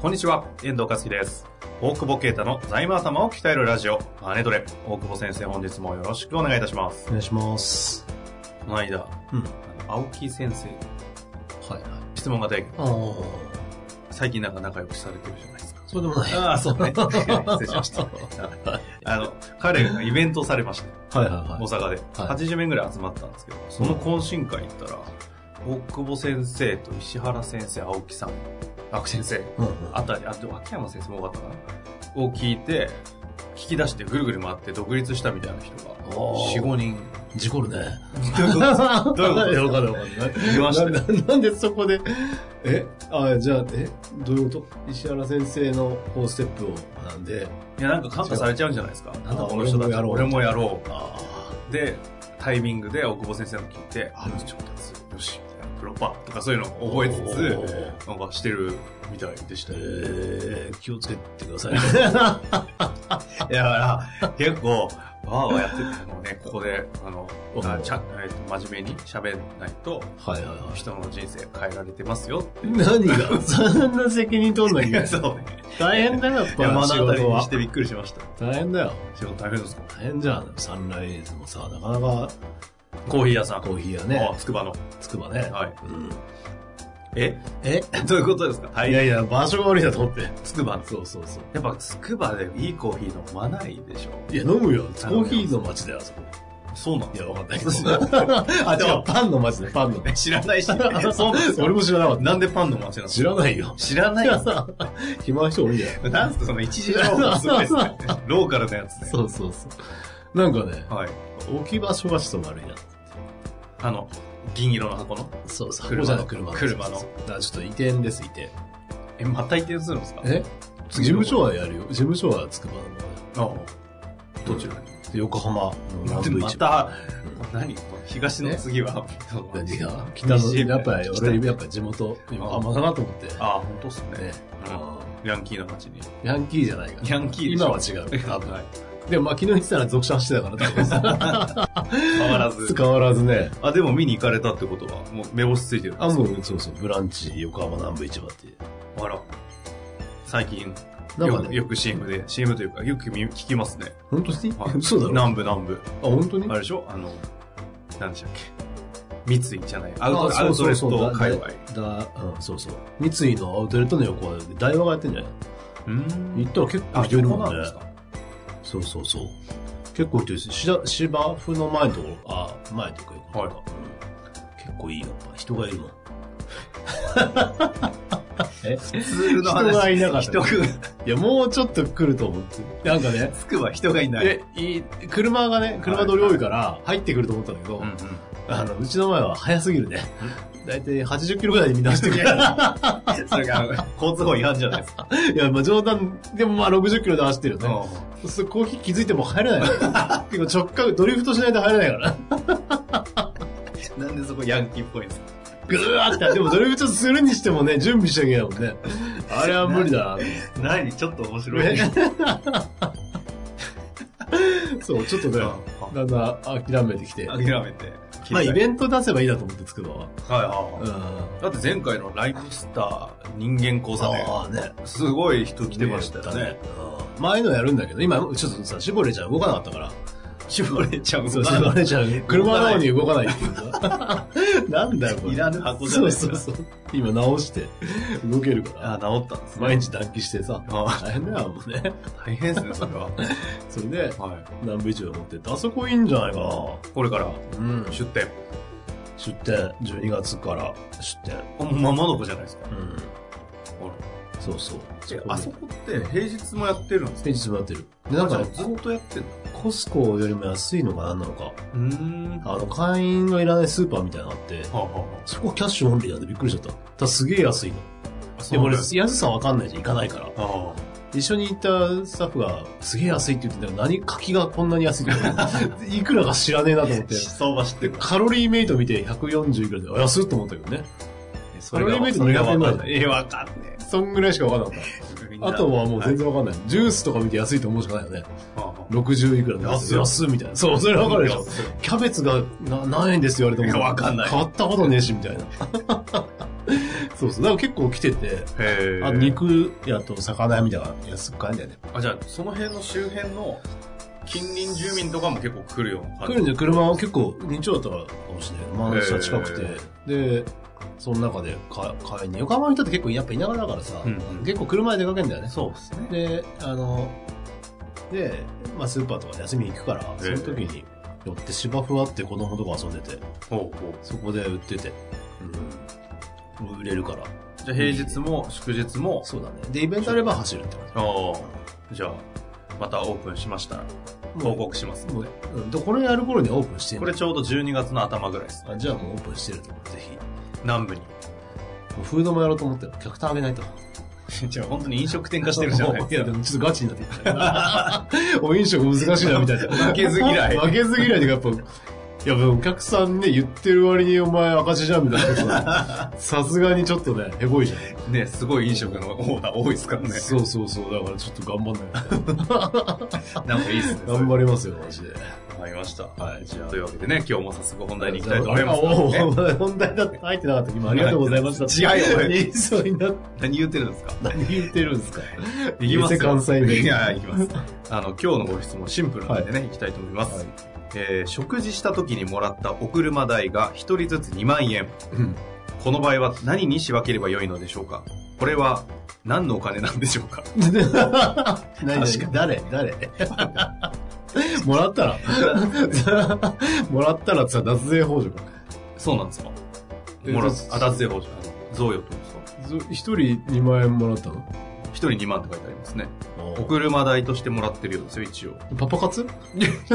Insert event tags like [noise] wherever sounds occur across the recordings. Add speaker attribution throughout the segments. Speaker 1: こんにちは、遠藤和樹です。大久保啓太の財務頭を鍛えるラジオ、マネトレ。大久保先生、本日もよろしくお願いいたします。
Speaker 2: お願いします。
Speaker 1: この間、
Speaker 2: うん。は
Speaker 1: あの青木先生、
Speaker 2: いはい。
Speaker 1: 質問が大変。
Speaker 2: ああ、
Speaker 1: 最近なんか仲良くされてるじゃない
Speaker 2: [laughs]
Speaker 1: ですか。
Speaker 2: そうでもない。
Speaker 1: ああ、
Speaker 2: [laughs]
Speaker 1: そうね。失礼しまし
Speaker 2: は
Speaker 1: た。
Speaker 2: い
Speaker 1: あの、彼がイベントをされました。
Speaker 2: はい
Speaker 1: 大
Speaker 2: は
Speaker 1: 阪で。80名ぐらい集まったんですけど、その懇親会行ったら、大久保先生と石原先生、青木さん、青木先生、
Speaker 2: い。うんうん
Speaker 1: あたり、あと秋山先生も多かったかなを聞いて、聞き出してぐるぐる回って独立したみたいな人が、
Speaker 2: おー
Speaker 1: 4、5人。
Speaker 2: 事故るね。
Speaker 1: どういうこと
Speaker 2: ど
Speaker 1: どういう
Speaker 2: わ
Speaker 1: こ
Speaker 2: かるわかる。
Speaker 1: 言いました
Speaker 2: なななんでそこで、え、あじゃあ、え、どういうこと石原先生の4ステップを学んで、
Speaker 1: いや、なんか感化されちゃうんじゃないですか。なんだこの人たち、
Speaker 2: 俺もやろう
Speaker 1: 俺もやろ
Speaker 2: あ
Speaker 1: う。で、タイミングで大久保先生の聞いて、あ、ちょっとやつよし、プロパとかそういうのを覚えつつ、
Speaker 2: つ、
Speaker 1: なんかしてるみたいでしたよ
Speaker 2: えー、気をつけてくださ [laughs] い。あ
Speaker 1: いや、だから、結構、わーわーやってて、もうね、ここで、あの、
Speaker 2: お
Speaker 1: あちゃえっと真面目に喋んないと、
Speaker 2: はいはいはい。
Speaker 1: 人の人生変えられてますよって。
Speaker 2: 何が [laughs] そんな責任取ん [laughs] ないきゃ
Speaker 1: や、
Speaker 2: いけな
Speaker 1: [laughs]
Speaker 2: い。
Speaker 1: そうね。
Speaker 2: 大変だよ、やっぱ
Speaker 1: 山
Speaker 2: 仕
Speaker 1: の当たり
Speaker 2: 事
Speaker 1: に
Speaker 2: は
Speaker 1: して。びっくりしました。
Speaker 2: 大変だよ。
Speaker 1: 仕事大変ですか
Speaker 2: 大変じゃん。サンライズもさ、なかなか
Speaker 1: コーヒー屋さん。
Speaker 2: コーヒーや
Speaker 1: あ
Speaker 2: ね、
Speaker 1: つくばの。
Speaker 2: つくばね。
Speaker 1: はい。
Speaker 2: うん、
Speaker 1: え
Speaker 2: え
Speaker 1: どういうことですかはい
Speaker 2: やいや、場所が悪いなと思って。
Speaker 1: つくばの。
Speaker 2: そうそうそう。
Speaker 1: やっぱつくばでいいコーヒー飲まないでしょ
Speaker 2: いや、飲むよ。コーヒーの街だよ、あそこ。
Speaker 1: そうなん
Speaker 2: い
Speaker 1: で
Speaker 2: や、わかんないけど。
Speaker 1: すか
Speaker 2: [laughs] あ、 [laughs] 違う、パンの街だよ、パンの [laughs] 街。
Speaker 1: 知らない [laughs] し。
Speaker 2: 俺
Speaker 1: 俺
Speaker 2: も知らなかっ
Speaker 1: なんでパンの街なの
Speaker 2: た。知らないよ。
Speaker 1: 知らないよ。
Speaker 2: [laughs] 暇な人多いんじゃな
Speaker 1: [laughs]
Speaker 2: い
Speaker 1: なんすかその一時情報すごいですね。ローカルなやつね。
Speaker 2: そうそうそう。なんかね、
Speaker 1: はい。
Speaker 2: 置き場所がちょっと悪いな。
Speaker 1: あの、銀色の箱の。
Speaker 2: そうそう。
Speaker 1: 車の
Speaker 2: ここじゃない
Speaker 1: 車の
Speaker 2: そうそうだからちょっと移転です、移転。
Speaker 1: え、また移転するんですか
Speaker 2: え事務所はやるよ。事務所はつくばのもの
Speaker 1: ああどちらに
Speaker 2: で横浜のラウン
Speaker 1: で
Speaker 2: ド
Speaker 1: ま
Speaker 2: 市場。
Speaker 1: た、何東の次は、その
Speaker 2: 何が北の、やっぱり俺、やっぱ地元、
Speaker 1: あ
Speaker 2: 横浜だなと思って。
Speaker 1: ああ、本当っすね
Speaker 2: ね。
Speaker 1: ヤンキーの街に。
Speaker 2: うんヤンキーじゃないから。
Speaker 1: ヤンキーでしょ
Speaker 2: 今は違
Speaker 1: [laughs]
Speaker 2: う。多分。
Speaker 1: はい
Speaker 2: でもまあ昨日言ってたら続車してた
Speaker 1: [laughs]
Speaker 2: からね
Speaker 1: 変わらず。
Speaker 2: 変わらずね。
Speaker 1: あ、でも見に行かれたってことは、もう目星ついてるんで
Speaker 2: あ、
Speaker 1: すか
Speaker 2: もう、そうそう、ブランチ、横浜南部市場って。
Speaker 1: あら。最近、
Speaker 2: なん
Speaker 1: よ
Speaker 2: か
Speaker 1: く
Speaker 2: ね、
Speaker 1: よく CM で、CM というか、よく見聞きますね。
Speaker 2: 本当に [laughs]
Speaker 1: はい
Speaker 2: 嘘だろ。あ、
Speaker 1: 南部南部。
Speaker 2: 本当に
Speaker 1: あれでしょあの、なんでしたっけ。三井じゃない。アウ
Speaker 2: あ
Speaker 1: トア
Speaker 2: そう
Speaker 1: ウト
Speaker 2: そ
Speaker 1: レ
Speaker 2: う
Speaker 1: ッ
Speaker 2: そう
Speaker 1: ト界隈。
Speaker 2: だ、うん、そうそう。三井のアウトレットの横浜で、大和がやってんじゃないう行
Speaker 1: ん。
Speaker 2: ったら結構
Speaker 1: あ、
Speaker 2: 人いる
Speaker 1: 横
Speaker 2: も
Speaker 1: なんんで
Speaker 2: ね
Speaker 1: す。か
Speaker 2: そうそうそう。結構人いるし、しだ芝生の前のところ、あ、前とかよく、
Speaker 1: はい
Speaker 2: うん結構いいよ。やっぱ人がいるもん。 [laughs] え
Speaker 1: 普通の話。
Speaker 2: 人がいなかった
Speaker 1: 人が、
Speaker 2: いや、もうちょっと来ると思って。なんかね、
Speaker 1: つくば人がいない。
Speaker 2: で、い車がね、車通り多いから、入ってくると思ったんだけど、
Speaker 1: うんうん。
Speaker 2: あの、うちの前は早すぎるね。だいたい80キロぐらいでみんな走ってくる。
Speaker 1: それが、
Speaker 2: [laughs]
Speaker 1: あの交通法違反じゃないですか。
Speaker 2: いや、まあ冗談、でもまあ60キロで走ってるよね。
Speaker 1: うん
Speaker 2: [laughs] そうするとコーヒー気づいても入 [laughs] れない。結構直角、ドリフトしないと入れないから。
Speaker 1: なんでそこヤンキーっぽいんですか
Speaker 2: ぐーって、でもドリフトするにしてもね、準備しなきゃいけないもんね。あれは無理だな。
Speaker 1: 何ちょっと面白い。
Speaker 2: ねそう、ちょっとね、だんだん諦めてきて。
Speaker 1: [laughs] 諦めて。
Speaker 2: まあイベ
Speaker 1: ン
Speaker 2: ント出せばいいなと思ってつくばは。
Speaker 1: ト。はいはいはい
Speaker 2: うん。
Speaker 1: だって前回のライブスター人間交差点、
Speaker 2: ああね。
Speaker 1: すごい人来てましたよね。。
Speaker 2: 前のやるんだけど、今、ちょっとさ、絞れちゃん動かなかったから。
Speaker 1: 絞れちゃう
Speaker 2: そう、絞れちゃう。車なのに動かないっていう
Speaker 1: [laughs]
Speaker 2: さなんだよ、これ。
Speaker 1: いらぬ箱じゃないですか
Speaker 2: そうそうそう。今直して、動けるから。
Speaker 1: あ、治ったんですね。
Speaker 2: 毎日断気してさ。
Speaker 1: あ
Speaker 2: 大変だよ、もうね。
Speaker 1: 大変ですね、それ [laughs] は。
Speaker 2: それで、
Speaker 1: はい。
Speaker 2: 南部市場持ってって、あそこいいんじゃないか
Speaker 1: これから
Speaker 2: な。うん。
Speaker 1: 出店。
Speaker 2: 出店、12月から出店。
Speaker 1: あ、もうままの子じゃないですか。
Speaker 2: うん。そうそう。
Speaker 1: えあそこって平日もやってるんですか
Speaker 2: 平日もやってる。で、なんかね、
Speaker 1: ずっとやってんの
Speaker 2: こコスコよりも安いのか何なのか。
Speaker 1: うーん。は
Speaker 2: あの、会員がいらないスーパーみたいなのあって、
Speaker 1: あ、はあは
Speaker 2: そこキャッシュオンリーなんでびっくりしちゃった。ただすげえ安いの。
Speaker 1: あ、そ
Speaker 2: で
Speaker 1: う
Speaker 2: も
Speaker 1: なん
Speaker 2: 俺、
Speaker 1: だ
Speaker 2: 安さわかんないじゃん、行かないから。
Speaker 1: あ
Speaker 2: 一緒に行ったスタッフが、すげえ安いって言ってたら、何、柿がこんなに安いって言っていくらか [laughs] 知らねえなと思っ
Speaker 1: あ。
Speaker 2: て。
Speaker 1: 相場知ってる。
Speaker 2: カロリーメイト見て140いくらで、あ安っと思ったけどね。
Speaker 1: そ
Speaker 2: れが
Speaker 1: わか
Speaker 2: それがわ
Speaker 1: ん
Speaker 2: かん
Speaker 1: な。
Speaker 2: ない
Speaker 1: え、わかんね
Speaker 2: そんぐらいしかわかんなかっ
Speaker 1: え。
Speaker 2: た。あとはもう全然わかんない。ジュースとか見て安いと思うしかないよね。
Speaker 1: はい。は
Speaker 2: 60いくらで。
Speaker 1: 安い
Speaker 2: 安っみたいな。そう、それ
Speaker 1: あ
Speaker 2: わかるでし
Speaker 1: い
Speaker 2: ょ
Speaker 1: や。
Speaker 2: キャベツがな何円ですって言われても。
Speaker 1: いやわかんない
Speaker 2: 買ったことねえし、みた
Speaker 1: [laughs]
Speaker 2: いな。そうそう。だから結構来てて、
Speaker 1: へえ。
Speaker 2: あ肉やと魚屋みたいな安く買えんだよね。
Speaker 1: あ、じゃあ、その辺の周辺の近隣住民とかも結構来るような感
Speaker 2: 来
Speaker 1: じ。
Speaker 2: るんで車は結構日曜だったらかもしれない。マンション近くて。で、その中でか買いに。横浜の人って結構やっぱ田舎だからさ、
Speaker 1: うんうん
Speaker 2: 結構車で出かけるんだよね。
Speaker 1: そうですね。
Speaker 2: で、あの、で、まあスーパーとかで休みに行くから、
Speaker 1: え
Speaker 2: その時に寄って芝生あって子供とか遊んでて、
Speaker 1: ほうほう。
Speaker 2: そこで売ってて。うん。売れるから。
Speaker 1: じゃあ、平日も祝日も、
Speaker 2: そうだね。で、イベントあれば走るって感
Speaker 1: ああ。じゃあ、またオープンしましたら、
Speaker 2: じ。
Speaker 1: 報告します。
Speaker 2: もう、うんで、これやる頃にはオープンしてん
Speaker 1: こ
Speaker 2: の
Speaker 1: れちょうど12月の頭ぐらいです。
Speaker 2: あじゃあもうオープンしてると思う。ぜひ。
Speaker 1: 南部に。
Speaker 2: もうフードもやろうと思ってる。客単上げ [laughs] ないと。
Speaker 1: じゃあ、本当に飲食店化してるじ [laughs] ゃないですか。
Speaker 2: [laughs] いや、でもちょっとガチになってき [laughs] た。お飲食難しいな、みたいな。
Speaker 1: 負けず嫌い
Speaker 2: 負けず嫌いで、やっぱ、いや、でもお客さんね、言ってる割にお前赤字じゃん、みたいなことは。 [laughs] さすがにちょっとね、へこいじゃん。
Speaker 1: ね、すごい飲食のオーダー多いですからね。
Speaker 2: そうそうそう、だからちょっと頑張んないと。
Speaker 1: なんかいいっすね。
Speaker 2: 頑張りますよ、マジで。
Speaker 1: わかりました。
Speaker 2: はい
Speaker 1: じゃあ、というわけでね、今日も早速本題に行きたいと思います。
Speaker 2: あおお本題だって入ってなかった今ありがとうございまし
Speaker 1: [laughs]
Speaker 2: た。
Speaker 1: 違うよ俺
Speaker 2: 言いそうになって
Speaker 1: 何言ってるんですか
Speaker 2: 何言ってるんですか
Speaker 1: いきますよ
Speaker 2: 偽関西弁
Speaker 1: いや、いき
Speaker 2: [laughs]
Speaker 1: ます。あの、今日のご質問シンプルなんでね、い、きたいと思います。
Speaker 2: はい
Speaker 1: えー食事した時にもらったお車代が1人ずつ2万円。
Speaker 2: うん
Speaker 1: この場合は何に仕分ければよいのでしょうかこれは何のお金なんでしょう
Speaker 2: [laughs]
Speaker 1: か [laughs]
Speaker 2: 何
Speaker 1: 確かに
Speaker 2: [laughs] 誰誰もらったら [laughs] もらったらってさ、脱税法助か。
Speaker 1: そうなんですか
Speaker 2: え
Speaker 1: もら
Speaker 2: そう
Speaker 1: あ、脱税法じゃない。贈与ってことですか
Speaker 2: ず一人2万円もらったの
Speaker 1: 1人2万って書いてありますね。お車代としてもらってるようですよ、一応。
Speaker 2: パパ活 [laughs] あ、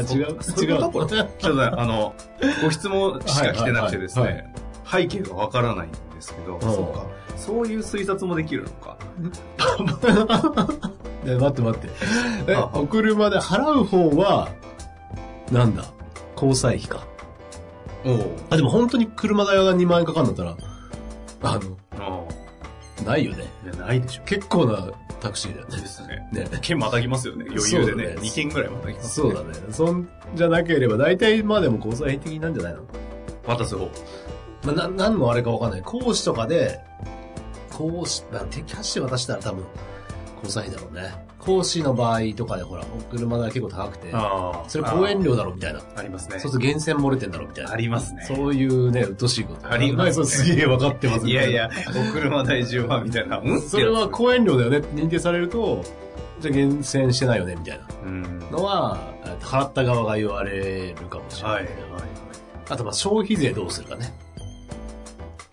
Speaker 2: 違う
Speaker 1: そそ
Speaker 2: 違
Speaker 1: ういう
Speaker 2: う。
Speaker 1: とこちょっとあの、ご質問しか来てなくてです
Speaker 2: はいは
Speaker 1: ね、背景がわからないんですけど、
Speaker 2: ん
Speaker 1: そうか。そういう推察もできるのか。
Speaker 2: [laughs] え待って待って。え
Speaker 1: あ、
Speaker 2: お車で払う方は、なんだ交際費か。
Speaker 1: おお。
Speaker 2: あ、でも本当に車代が2万円かかるんだったら、あの、
Speaker 1: あ
Speaker 2: ないよね。
Speaker 1: あ。いや、ないでしょ。
Speaker 2: 結構なタクシーだよね。
Speaker 1: ですね。
Speaker 2: ね。
Speaker 1: 県またぎますよね。余裕で
Speaker 2: そう
Speaker 1: ね。
Speaker 2: だね
Speaker 1: 2件ぐらいまたぎます、
Speaker 2: そうだね。そんじゃなければ、大体まあでも交際費的なんじゃないの
Speaker 1: 渡す方。
Speaker 2: まあ、な、何のあれかわかんない。講師とかで、講師、まあ、手キャッシュ渡したら多分、交際費だろうね。講師の場合とかで、ほら、お車代結構高くて、
Speaker 1: ああ。
Speaker 2: それ講演料だろ、みたいな。
Speaker 1: ありますね。
Speaker 2: そうすると源泉漏れてんだろ、みたいな。
Speaker 1: ありますね。
Speaker 2: そういうね、うっとしいこと。
Speaker 1: ありますね
Speaker 2: [laughs] そうすげえ分かってます
Speaker 1: いやいや、お車代10万みたいな。うん
Speaker 2: それは講演料だよねって認定されると、じゃあ厳選してないよね、みたいな
Speaker 1: うん。
Speaker 2: のは、えっと払った側が言われるかもしれな。
Speaker 1: はいい。
Speaker 2: あと、まあ、消費税どうするかね。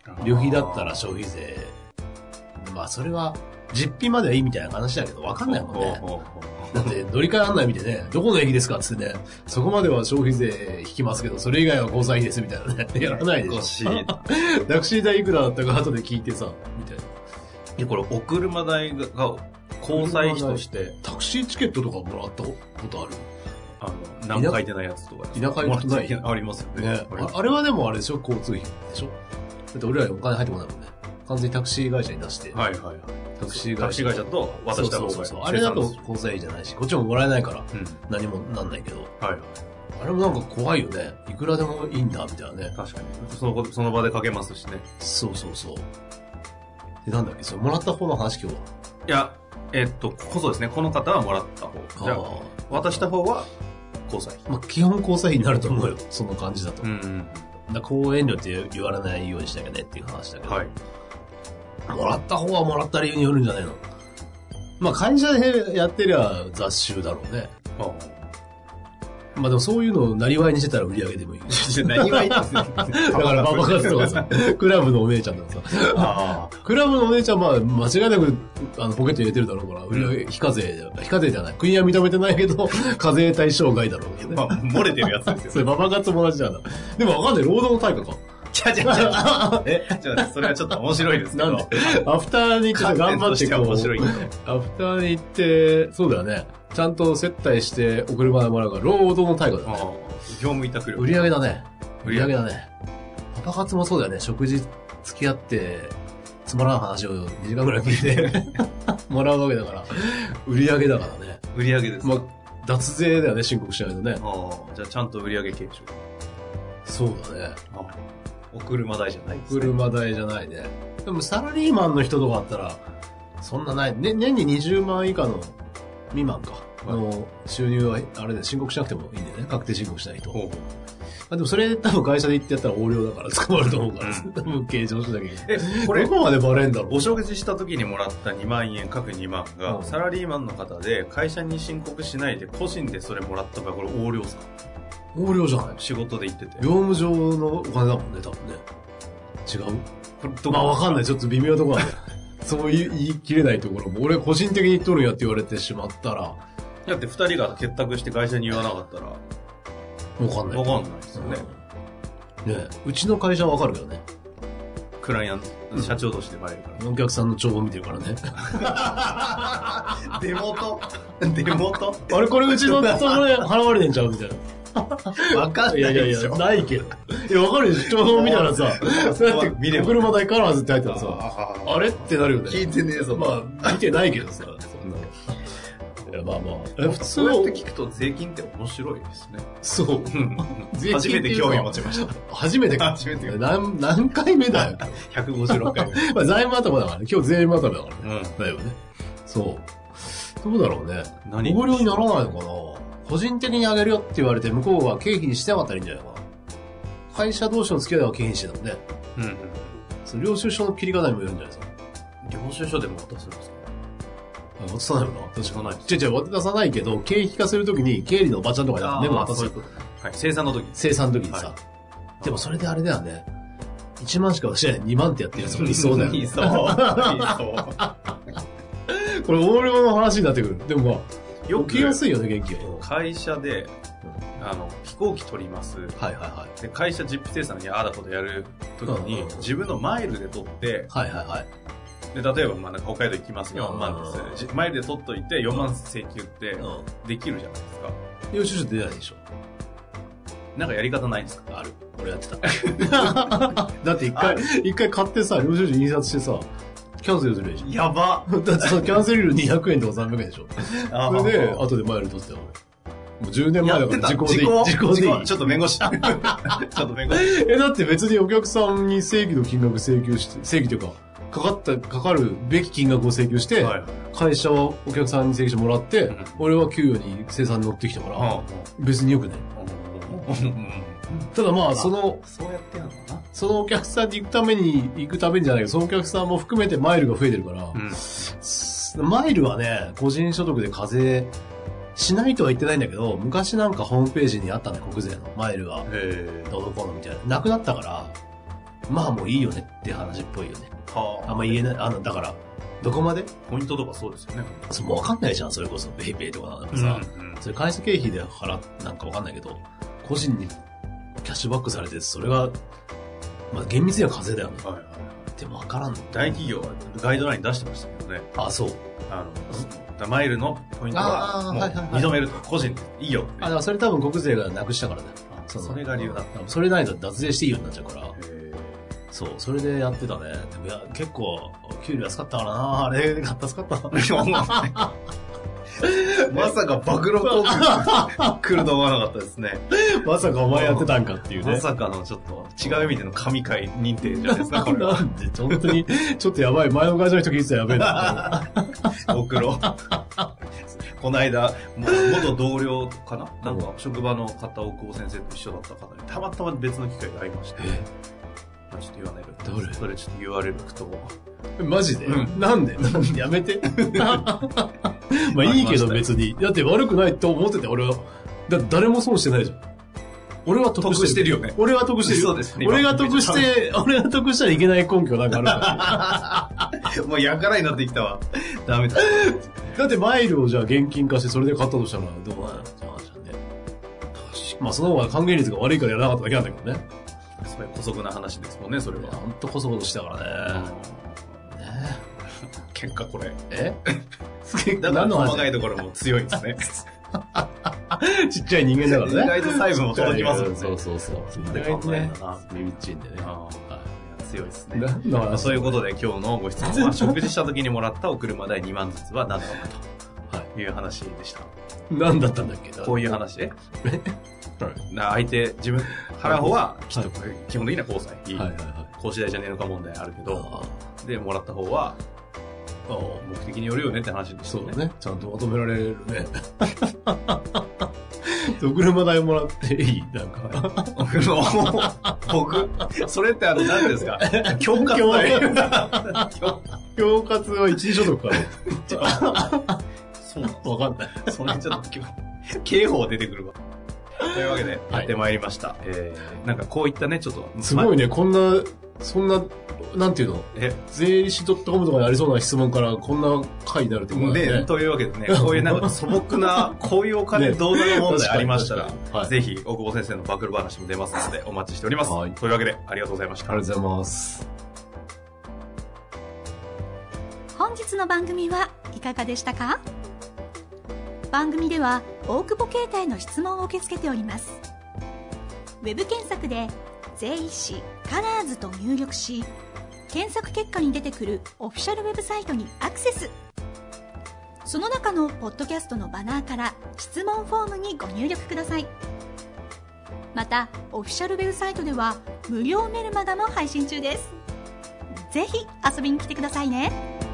Speaker 1: はい。
Speaker 2: 旅費だったら消費税。まあ、それは、実費まではいいみたいな話だけど、わかんないもんね。
Speaker 1: ほうほうほ
Speaker 2: だって、乗り換え案内見てね、どこの駅ですかっつってね、そこまでは消費税引きますけど、それ以外は交際費ですみたいなね。
Speaker 1: う
Speaker 2: やらないで
Speaker 1: おか
Speaker 2: し
Speaker 1: し
Speaker 2: [laughs] ょ。
Speaker 1: い。
Speaker 2: タクシー代いくらだったか後で聞いてさ、みたいな。
Speaker 1: で、これ、お車代が、交際費として、
Speaker 2: タクシーチケットとかもらったことある
Speaker 1: あの、何も書いてないやつとかです。
Speaker 2: 田舎行く
Speaker 1: も
Speaker 2: とない
Speaker 1: らっちゃけありますよ [laughs] ね。
Speaker 2: ね
Speaker 1: りま
Speaker 2: あ
Speaker 1: す
Speaker 2: あれはでもあれでしょ交通費でしょだって俺らにお金入ってこないもんね。完全にタクシー会社に出して。
Speaker 1: はいはいはい。
Speaker 2: タクシー
Speaker 1: タ
Speaker 2: 会
Speaker 1: クシ
Speaker 2: 社。
Speaker 1: ー会社と渡した
Speaker 2: そ
Speaker 1: 方
Speaker 2: う
Speaker 1: が
Speaker 2: そうそう。あれだと
Speaker 1: 生産
Speaker 2: 交際費じゃないし、こっちももらえないから
Speaker 1: です
Speaker 2: 何もなんないけど。
Speaker 1: うん。はいはい。
Speaker 2: あれもなんか怖いよね。いくらでもいいんだ、みたいなね。
Speaker 1: 確かに。そのその場でかけますしね。
Speaker 2: そうそうそう。で、なんだっけそれもらった方の話今日
Speaker 1: いや、えっと、ここそうですね。この方はもらった方。じゃあ、
Speaker 2: は。あ
Speaker 1: 渡した方は交際費。
Speaker 2: あ。まあ、基本交際費になると思うよ。その感じだと。
Speaker 1: う
Speaker 2: だか
Speaker 1: ん。
Speaker 2: ら講演料って言われないようにしたけどねっていう話だけど。
Speaker 1: はい。
Speaker 2: もらった方はもらった理由によるんじゃないのまあ会社でやってりゃ雑種だろうね。
Speaker 1: あ
Speaker 2: まあでもそういうのをなりわいにしてたら売り上げで
Speaker 1: [laughs]
Speaker 2: もいい。
Speaker 1: 何がいいですね。
Speaker 2: だからパパ活とかさ、クラブのお姉ちゃんとかさ、
Speaker 1: ああ。
Speaker 2: クラブのお姉ちゃんはまあ間違いなくあのポケット入れてるだろうから、売り上げ非課税、非課税じゃない。国は認めてないけど、 [laughs] 課税対象外だろうけどね
Speaker 1: ま。あ、漏れてるやつです
Speaker 2: そ
Speaker 1: よ。
Speaker 2: れパパ活も同じなんだ。でもわかんない、労働対価か。
Speaker 1: ちゃちゃちゃ。え、ちょっとそれはちょっと面白いですけ
Speaker 2: な
Speaker 1: ど。
Speaker 2: んで、アフターに行って頑張っ
Speaker 1: 観点
Speaker 2: て
Speaker 1: としては
Speaker 2: こ、
Speaker 1: 面白いうけど
Speaker 2: アフターに行って、そうだよね。ちゃんと接待してお車でもらうから、労働の対価だ
Speaker 1: あ
Speaker 2: ね。
Speaker 1: あ業務委託料。
Speaker 2: 売り上げだね。
Speaker 1: 売
Speaker 2: 売
Speaker 1: り
Speaker 2: り
Speaker 1: 上
Speaker 2: 上
Speaker 1: げ
Speaker 2: げだね。パパ活もそうだよね。食事付き合って、つまらん話を2時間ぐらい聞いて [laughs] もらうわけだから、売り上げだからね。
Speaker 1: 売り上げです。
Speaker 2: まあ、脱税だよね、申告しないとね。
Speaker 1: ああ、じゃあちゃんと売り上げ計上。
Speaker 2: そうだね。
Speaker 1: ああお車代じゃないです、ね。
Speaker 2: 車代じゃないね。でもサラリーマンの人とかあったら、そんなない。ね、年に20万以下の未満か。
Speaker 1: はい
Speaker 2: の収入は、あれで申告しなくてもいいんだよね。確定申告しないと。
Speaker 1: ほう
Speaker 2: あでもそれ多分会社で言ってやったら横領だから捕まると思うから、
Speaker 1: うん
Speaker 2: 多 [laughs] 分計上しなきゃいけない。
Speaker 1: え、こ
Speaker 2: これ
Speaker 1: れ
Speaker 2: ど、こまでバレんだろう
Speaker 1: お食事した時にもらった2万円、各2万が、
Speaker 2: うん
Speaker 1: サラリーマンの方で会社に申告しないで、個人でそれもらった場合、これ横領さ。
Speaker 2: 横領じゃない
Speaker 1: 仕事で行ってて。
Speaker 2: 業務上のお金だもんね、多分ね。違う
Speaker 1: これど
Speaker 2: まあわかんない。ちょっと微妙なとこ
Speaker 1: [laughs]
Speaker 2: ろだね。そう言い言い切れないところも、俺個人的に言っとるんやって言われてしまったら、わ
Speaker 1: だって2人が結託して会社に言わなかったら、
Speaker 2: かんない。
Speaker 1: わかんないですよね。
Speaker 2: うんねうちの会社はわかるけどね。
Speaker 1: クライアント、社長としてバレるから。
Speaker 2: お客さんの帳簿見てるからね。
Speaker 1: デモとデモ [laughs] と
Speaker 2: [laughs] あれこれうちのところで払われてんちゃうみたいな。
Speaker 1: わか
Speaker 2: いやいやいや、ないけど。いや、わかるでしょ帳簿見たらさ、 [laughs] だって
Speaker 1: 見れば
Speaker 2: 車代からずって入ったらさ、
Speaker 1: あ
Speaker 2: あれってなるよね。
Speaker 1: いてねえぞ
Speaker 2: まあ、見てないけどさ、そんなの。いや、まあまあ。え普通
Speaker 1: そう
Speaker 2: の
Speaker 1: やって聞くと税金って面白いですね。
Speaker 2: そう。税金っ
Speaker 1: 初めて
Speaker 2: ていうの
Speaker 1: 興
Speaker 2: は
Speaker 1: 味持ちました。
Speaker 2: 初めてか。
Speaker 1: 初めて
Speaker 2: 何、何回目 [laughs] だよ。
Speaker 1: 156回目。
Speaker 2: まあ、財務頭だからね。今日税務頭だからね。
Speaker 1: うん。
Speaker 2: だよね。そう。どうだろうね。
Speaker 1: 何
Speaker 2: 横領にならないのかな個人的にあげるよって言われて、向こうは経費にしてなかったらいいんじゃないかな。会社同士の付き合いは経費にしてたもんね。
Speaker 1: うん。
Speaker 2: その領収書の切り方にもよるんじゃないですか。
Speaker 1: 領収書でも渡すんですか
Speaker 2: あ渡さないよな。確
Speaker 1: 渡さないです
Speaker 2: 違う違う、渡さないけど、経費化するときに、経理のおばちゃんとかじゃなくて、メモ渡すよ。
Speaker 1: はい。生産の時
Speaker 2: 生産の時にさ、
Speaker 1: は
Speaker 2: でもそれであれだよね1万しか出してない2万ってやってるやつもいそうだよ、
Speaker 1: い
Speaker 2: ね、
Speaker 1: そう。い
Speaker 2: これ横領の話になってくるでも
Speaker 1: そう。
Speaker 2: まあ
Speaker 1: よ
Speaker 2: 起きや
Speaker 1: く、
Speaker 2: すいよね元気は
Speaker 1: 会社で、あの、飛行機取ります。
Speaker 2: はいはいはい
Speaker 1: で、会社実費生産にああだことやる時に
Speaker 2: うん、
Speaker 1: 自分のマイルで取って、
Speaker 2: はいはいはい
Speaker 1: で、例えば、まあ、なんか北海道行きます4万ですね。じマイルで取っといて、4万請求って、
Speaker 2: う
Speaker 1: できるじゃないですか。
Speaker 2: ん領収書出ないでしょ
Speaker 1: なんかやり方ないんですか
Speaker 2: ある俺やってた [laughs] だって一回一回買ってさ領収書印刷してさキャンセルするでしょ
Speaker 1: やば
Speaker 2: だってそのキャンセル料200円とか300円でしょ [laughs]
Speaker 1: あ
Speaker 2: それで後でマイル取ってたよ俺もう10年前だから時効でいい時効でいい
Speaker 1: ちょっと弁護士。ち [laughs] ょっと弁護士。
Speaker 2: え、だって別にお客さんに正規の金額請求して、正規というか、かかった、かかるべき金額を請求して、
Speaker 1: はい
Speaker 2: 会社はお客さんに請求してもらって、
Speaker 1: うん
Speaker 2: 俺は給与に生産に乗ってきたから、別によくない。ただまあ、その、
Speaker 1: そうやってやるのかな。
Speaker 2: そのお客さんに行くために、行くためにじゃないけど、そのお客さんも含めてマイルが増えてるから、すマイルはね、個人所得で課税しないとは言ってないんだけど、昔なんかホームページにあったんだよ、国税の。マイルは。
Speaker 1: へ
Speaker 2: どうのこうのみたいな。なくなったから、まあもういいよねって話っぽいよね。あんま言えない。あの、だから、どこまで
Speaker 1: ポイントとかそうですよね。
Speaker 2: そうもうわかんないじゃん、それこそ。ペイペイとかなんかさ。それ会社経費で払っなんかわかんないけど、個人にキャッシュバックされて、それが、まあ厳密には課税だよね。
Speaker 1: はいはい
Speaker 2: でもわからんの。
Speaker 1: 大企業はガイドライン出してましたけどね。
Speaker 2: あ、そう。
Speaker 1: あの、マイルのポイントは、
Speaker 2: あー
Speaker 1: もう
Speaker 2: はいはいはい
Speaker 1: 認めると。個人でいいよって。
Speaker 2: あ、だからそれ多分国税がなくしたからだよ。
Speaker 1: そ
Speaker 2: の
Speaker 1: れが理由だっ
Speaker 2: うんそれないと脱税していいようになっちゃうから。
Speaker 1: た。へ
Speaker 2: そう、それでやってたね。でもいや、結構、給料安かったからな。あれ、助か [laughs] った。
Speaker 1: ーまさか暴露トーク来ると思わなかったですね。
Speaker 2: まさかお前やってたんかっていうね。
Speaker 1: まさかのちょっと違う意味での神回認定じ [laughs] ゃないですか、これ
Speaker 2: な
Speaker 1: は。
Speaker 2: んで、本当に、ちょっとやばい、前の会社の人聞いてたらやべえな。
Speaker 1: 送ろう。この間、もう元同僚かななんか職場の方、大久保先生と一緒だった方に、たまたま別の機会で会いまして、まあちょっと言わないけど、
Speaker 2: 誰
Speaker 1: それちょっと URL くと、
Speaker 2: えマジで、
Speaker 1: う
Speaker 2: なんでなんでや [laughs] めて。まあいいけど別に。だって悪くないと思ってて、俺は。だって誰も損してないじゃん。俺は得
Speaker 1: 得
Speaker 2: し
Speaker 1: してて
Speaker 2: る
Speaker 1: るよね
Speaker 2: 俺は得してるよ。
Speaker 1: そうですね
Speaker 2: 俺が得して、俺が得したらいけない根拠なんかあるか
Speaker 1: [laughs] もうやからになってきたわ。ダメだ。
Speaker 2: ら。だってマイルをじゃあ現金化してそれで買ったとしたらどうなのって話なんで。まあその方が還元率が悪いからやらなかっただけなんだけどね。
Speaker 1: すごい姑息な話ですもんね、それ
Speaker 2: いや
Speaker 1: は。
Speaker 2: ほんとこそこそしてたからね。
Speaker 1: 結果これ。
Speaker 2: え
Speaker 1: [laughs] だから
Speaker 2: 何の話
Speaker 1: 細かいところも強いですね。
Speaker 2: ちっちゃい人間だ
Speaker 1: 意
Speaker 2: からね。
Speaker 1: 外と細部も届きますもんね。
Speaker 2: そうそうそう。
Speaker 1: 意外とね
Speaker 2: 耳ちいんでね。
Speaker 1: あー強いですね。
Speaker 2: 何の話
Speaker 1: そういうことで今日のご質問は食事した時にもらったお車代2万ずつは何なのかという話でした。
Speaker 2: 何だったんだっけ
Speaker 1: こういう
Speaker 2: 話。
Speaker 1: 話で。な相手、自分、払う方はきっと基本的には交際。いい
Speaker 2: はいはいは
Speaker 1: 交際じゃねえのか問題あるけ
Speaker 2: い。
Speaker 1: ど、で、もらった方は
Speaker 2: あー
Speaker 1: 目的によるよねって話でした
Speaker 2: そうだ。ね。ちゃんとまとめられるね。 [laughs] お車代もらっていいなんか。
Speaker 1: 僕の、僕、それってあの、何です
Speaker 2: [laughs]
Speaker 1: か教科
Speaker 2: 教
Speaker 1: 代。
Speaker 2: [laughs] 恐喝は一時所得から。
Speaker 1: そうなの
Speaker 2: わかんない。
Speaker 1: それちょっと今日、刑法出てくるわ。というわけで、やってまいりました。えー、なんかこういったね、ちょっと、
Speaker 2: すごいね、こんな、そんな、なんていうの、
Speaker 1: え、
Speaker 2: 税理士 .com とかにありそうな質問からこんな回になるってことだ
Speaker 1: で、
Speaker 2: よね。
Speaker 1: というわけでね、こういうなんか素朴な、こういうお金
Speaker 2: ね
Speaker 1: どうなる問題ありましたら
Speaker 2: [laughs] 確かに確かに、はい
Speaker 1: ぜひ、大久保先生の暴露話も出ますので、お待ちしております。
Speaker 2: はい
Speaker 1: というわけで、ありがとうございまし
Speaker 2: あ
Speaker 1: た。
Speaker 2: りがとうございます。
Speaker 3: 本日の番組はいかがでしたか番組では大久保携帯の質問を受け付けておりますウェブ検索で「税理士カラーズと入力し検索結果に出てくるオフィシャルウェブサイトにアクセスその中のポッドキャストのバナーから質問フォームにご入力くださいまたオフィシャルウェブサイトでは無料メルマガも配信中ですぜひ遊びに来てくださいね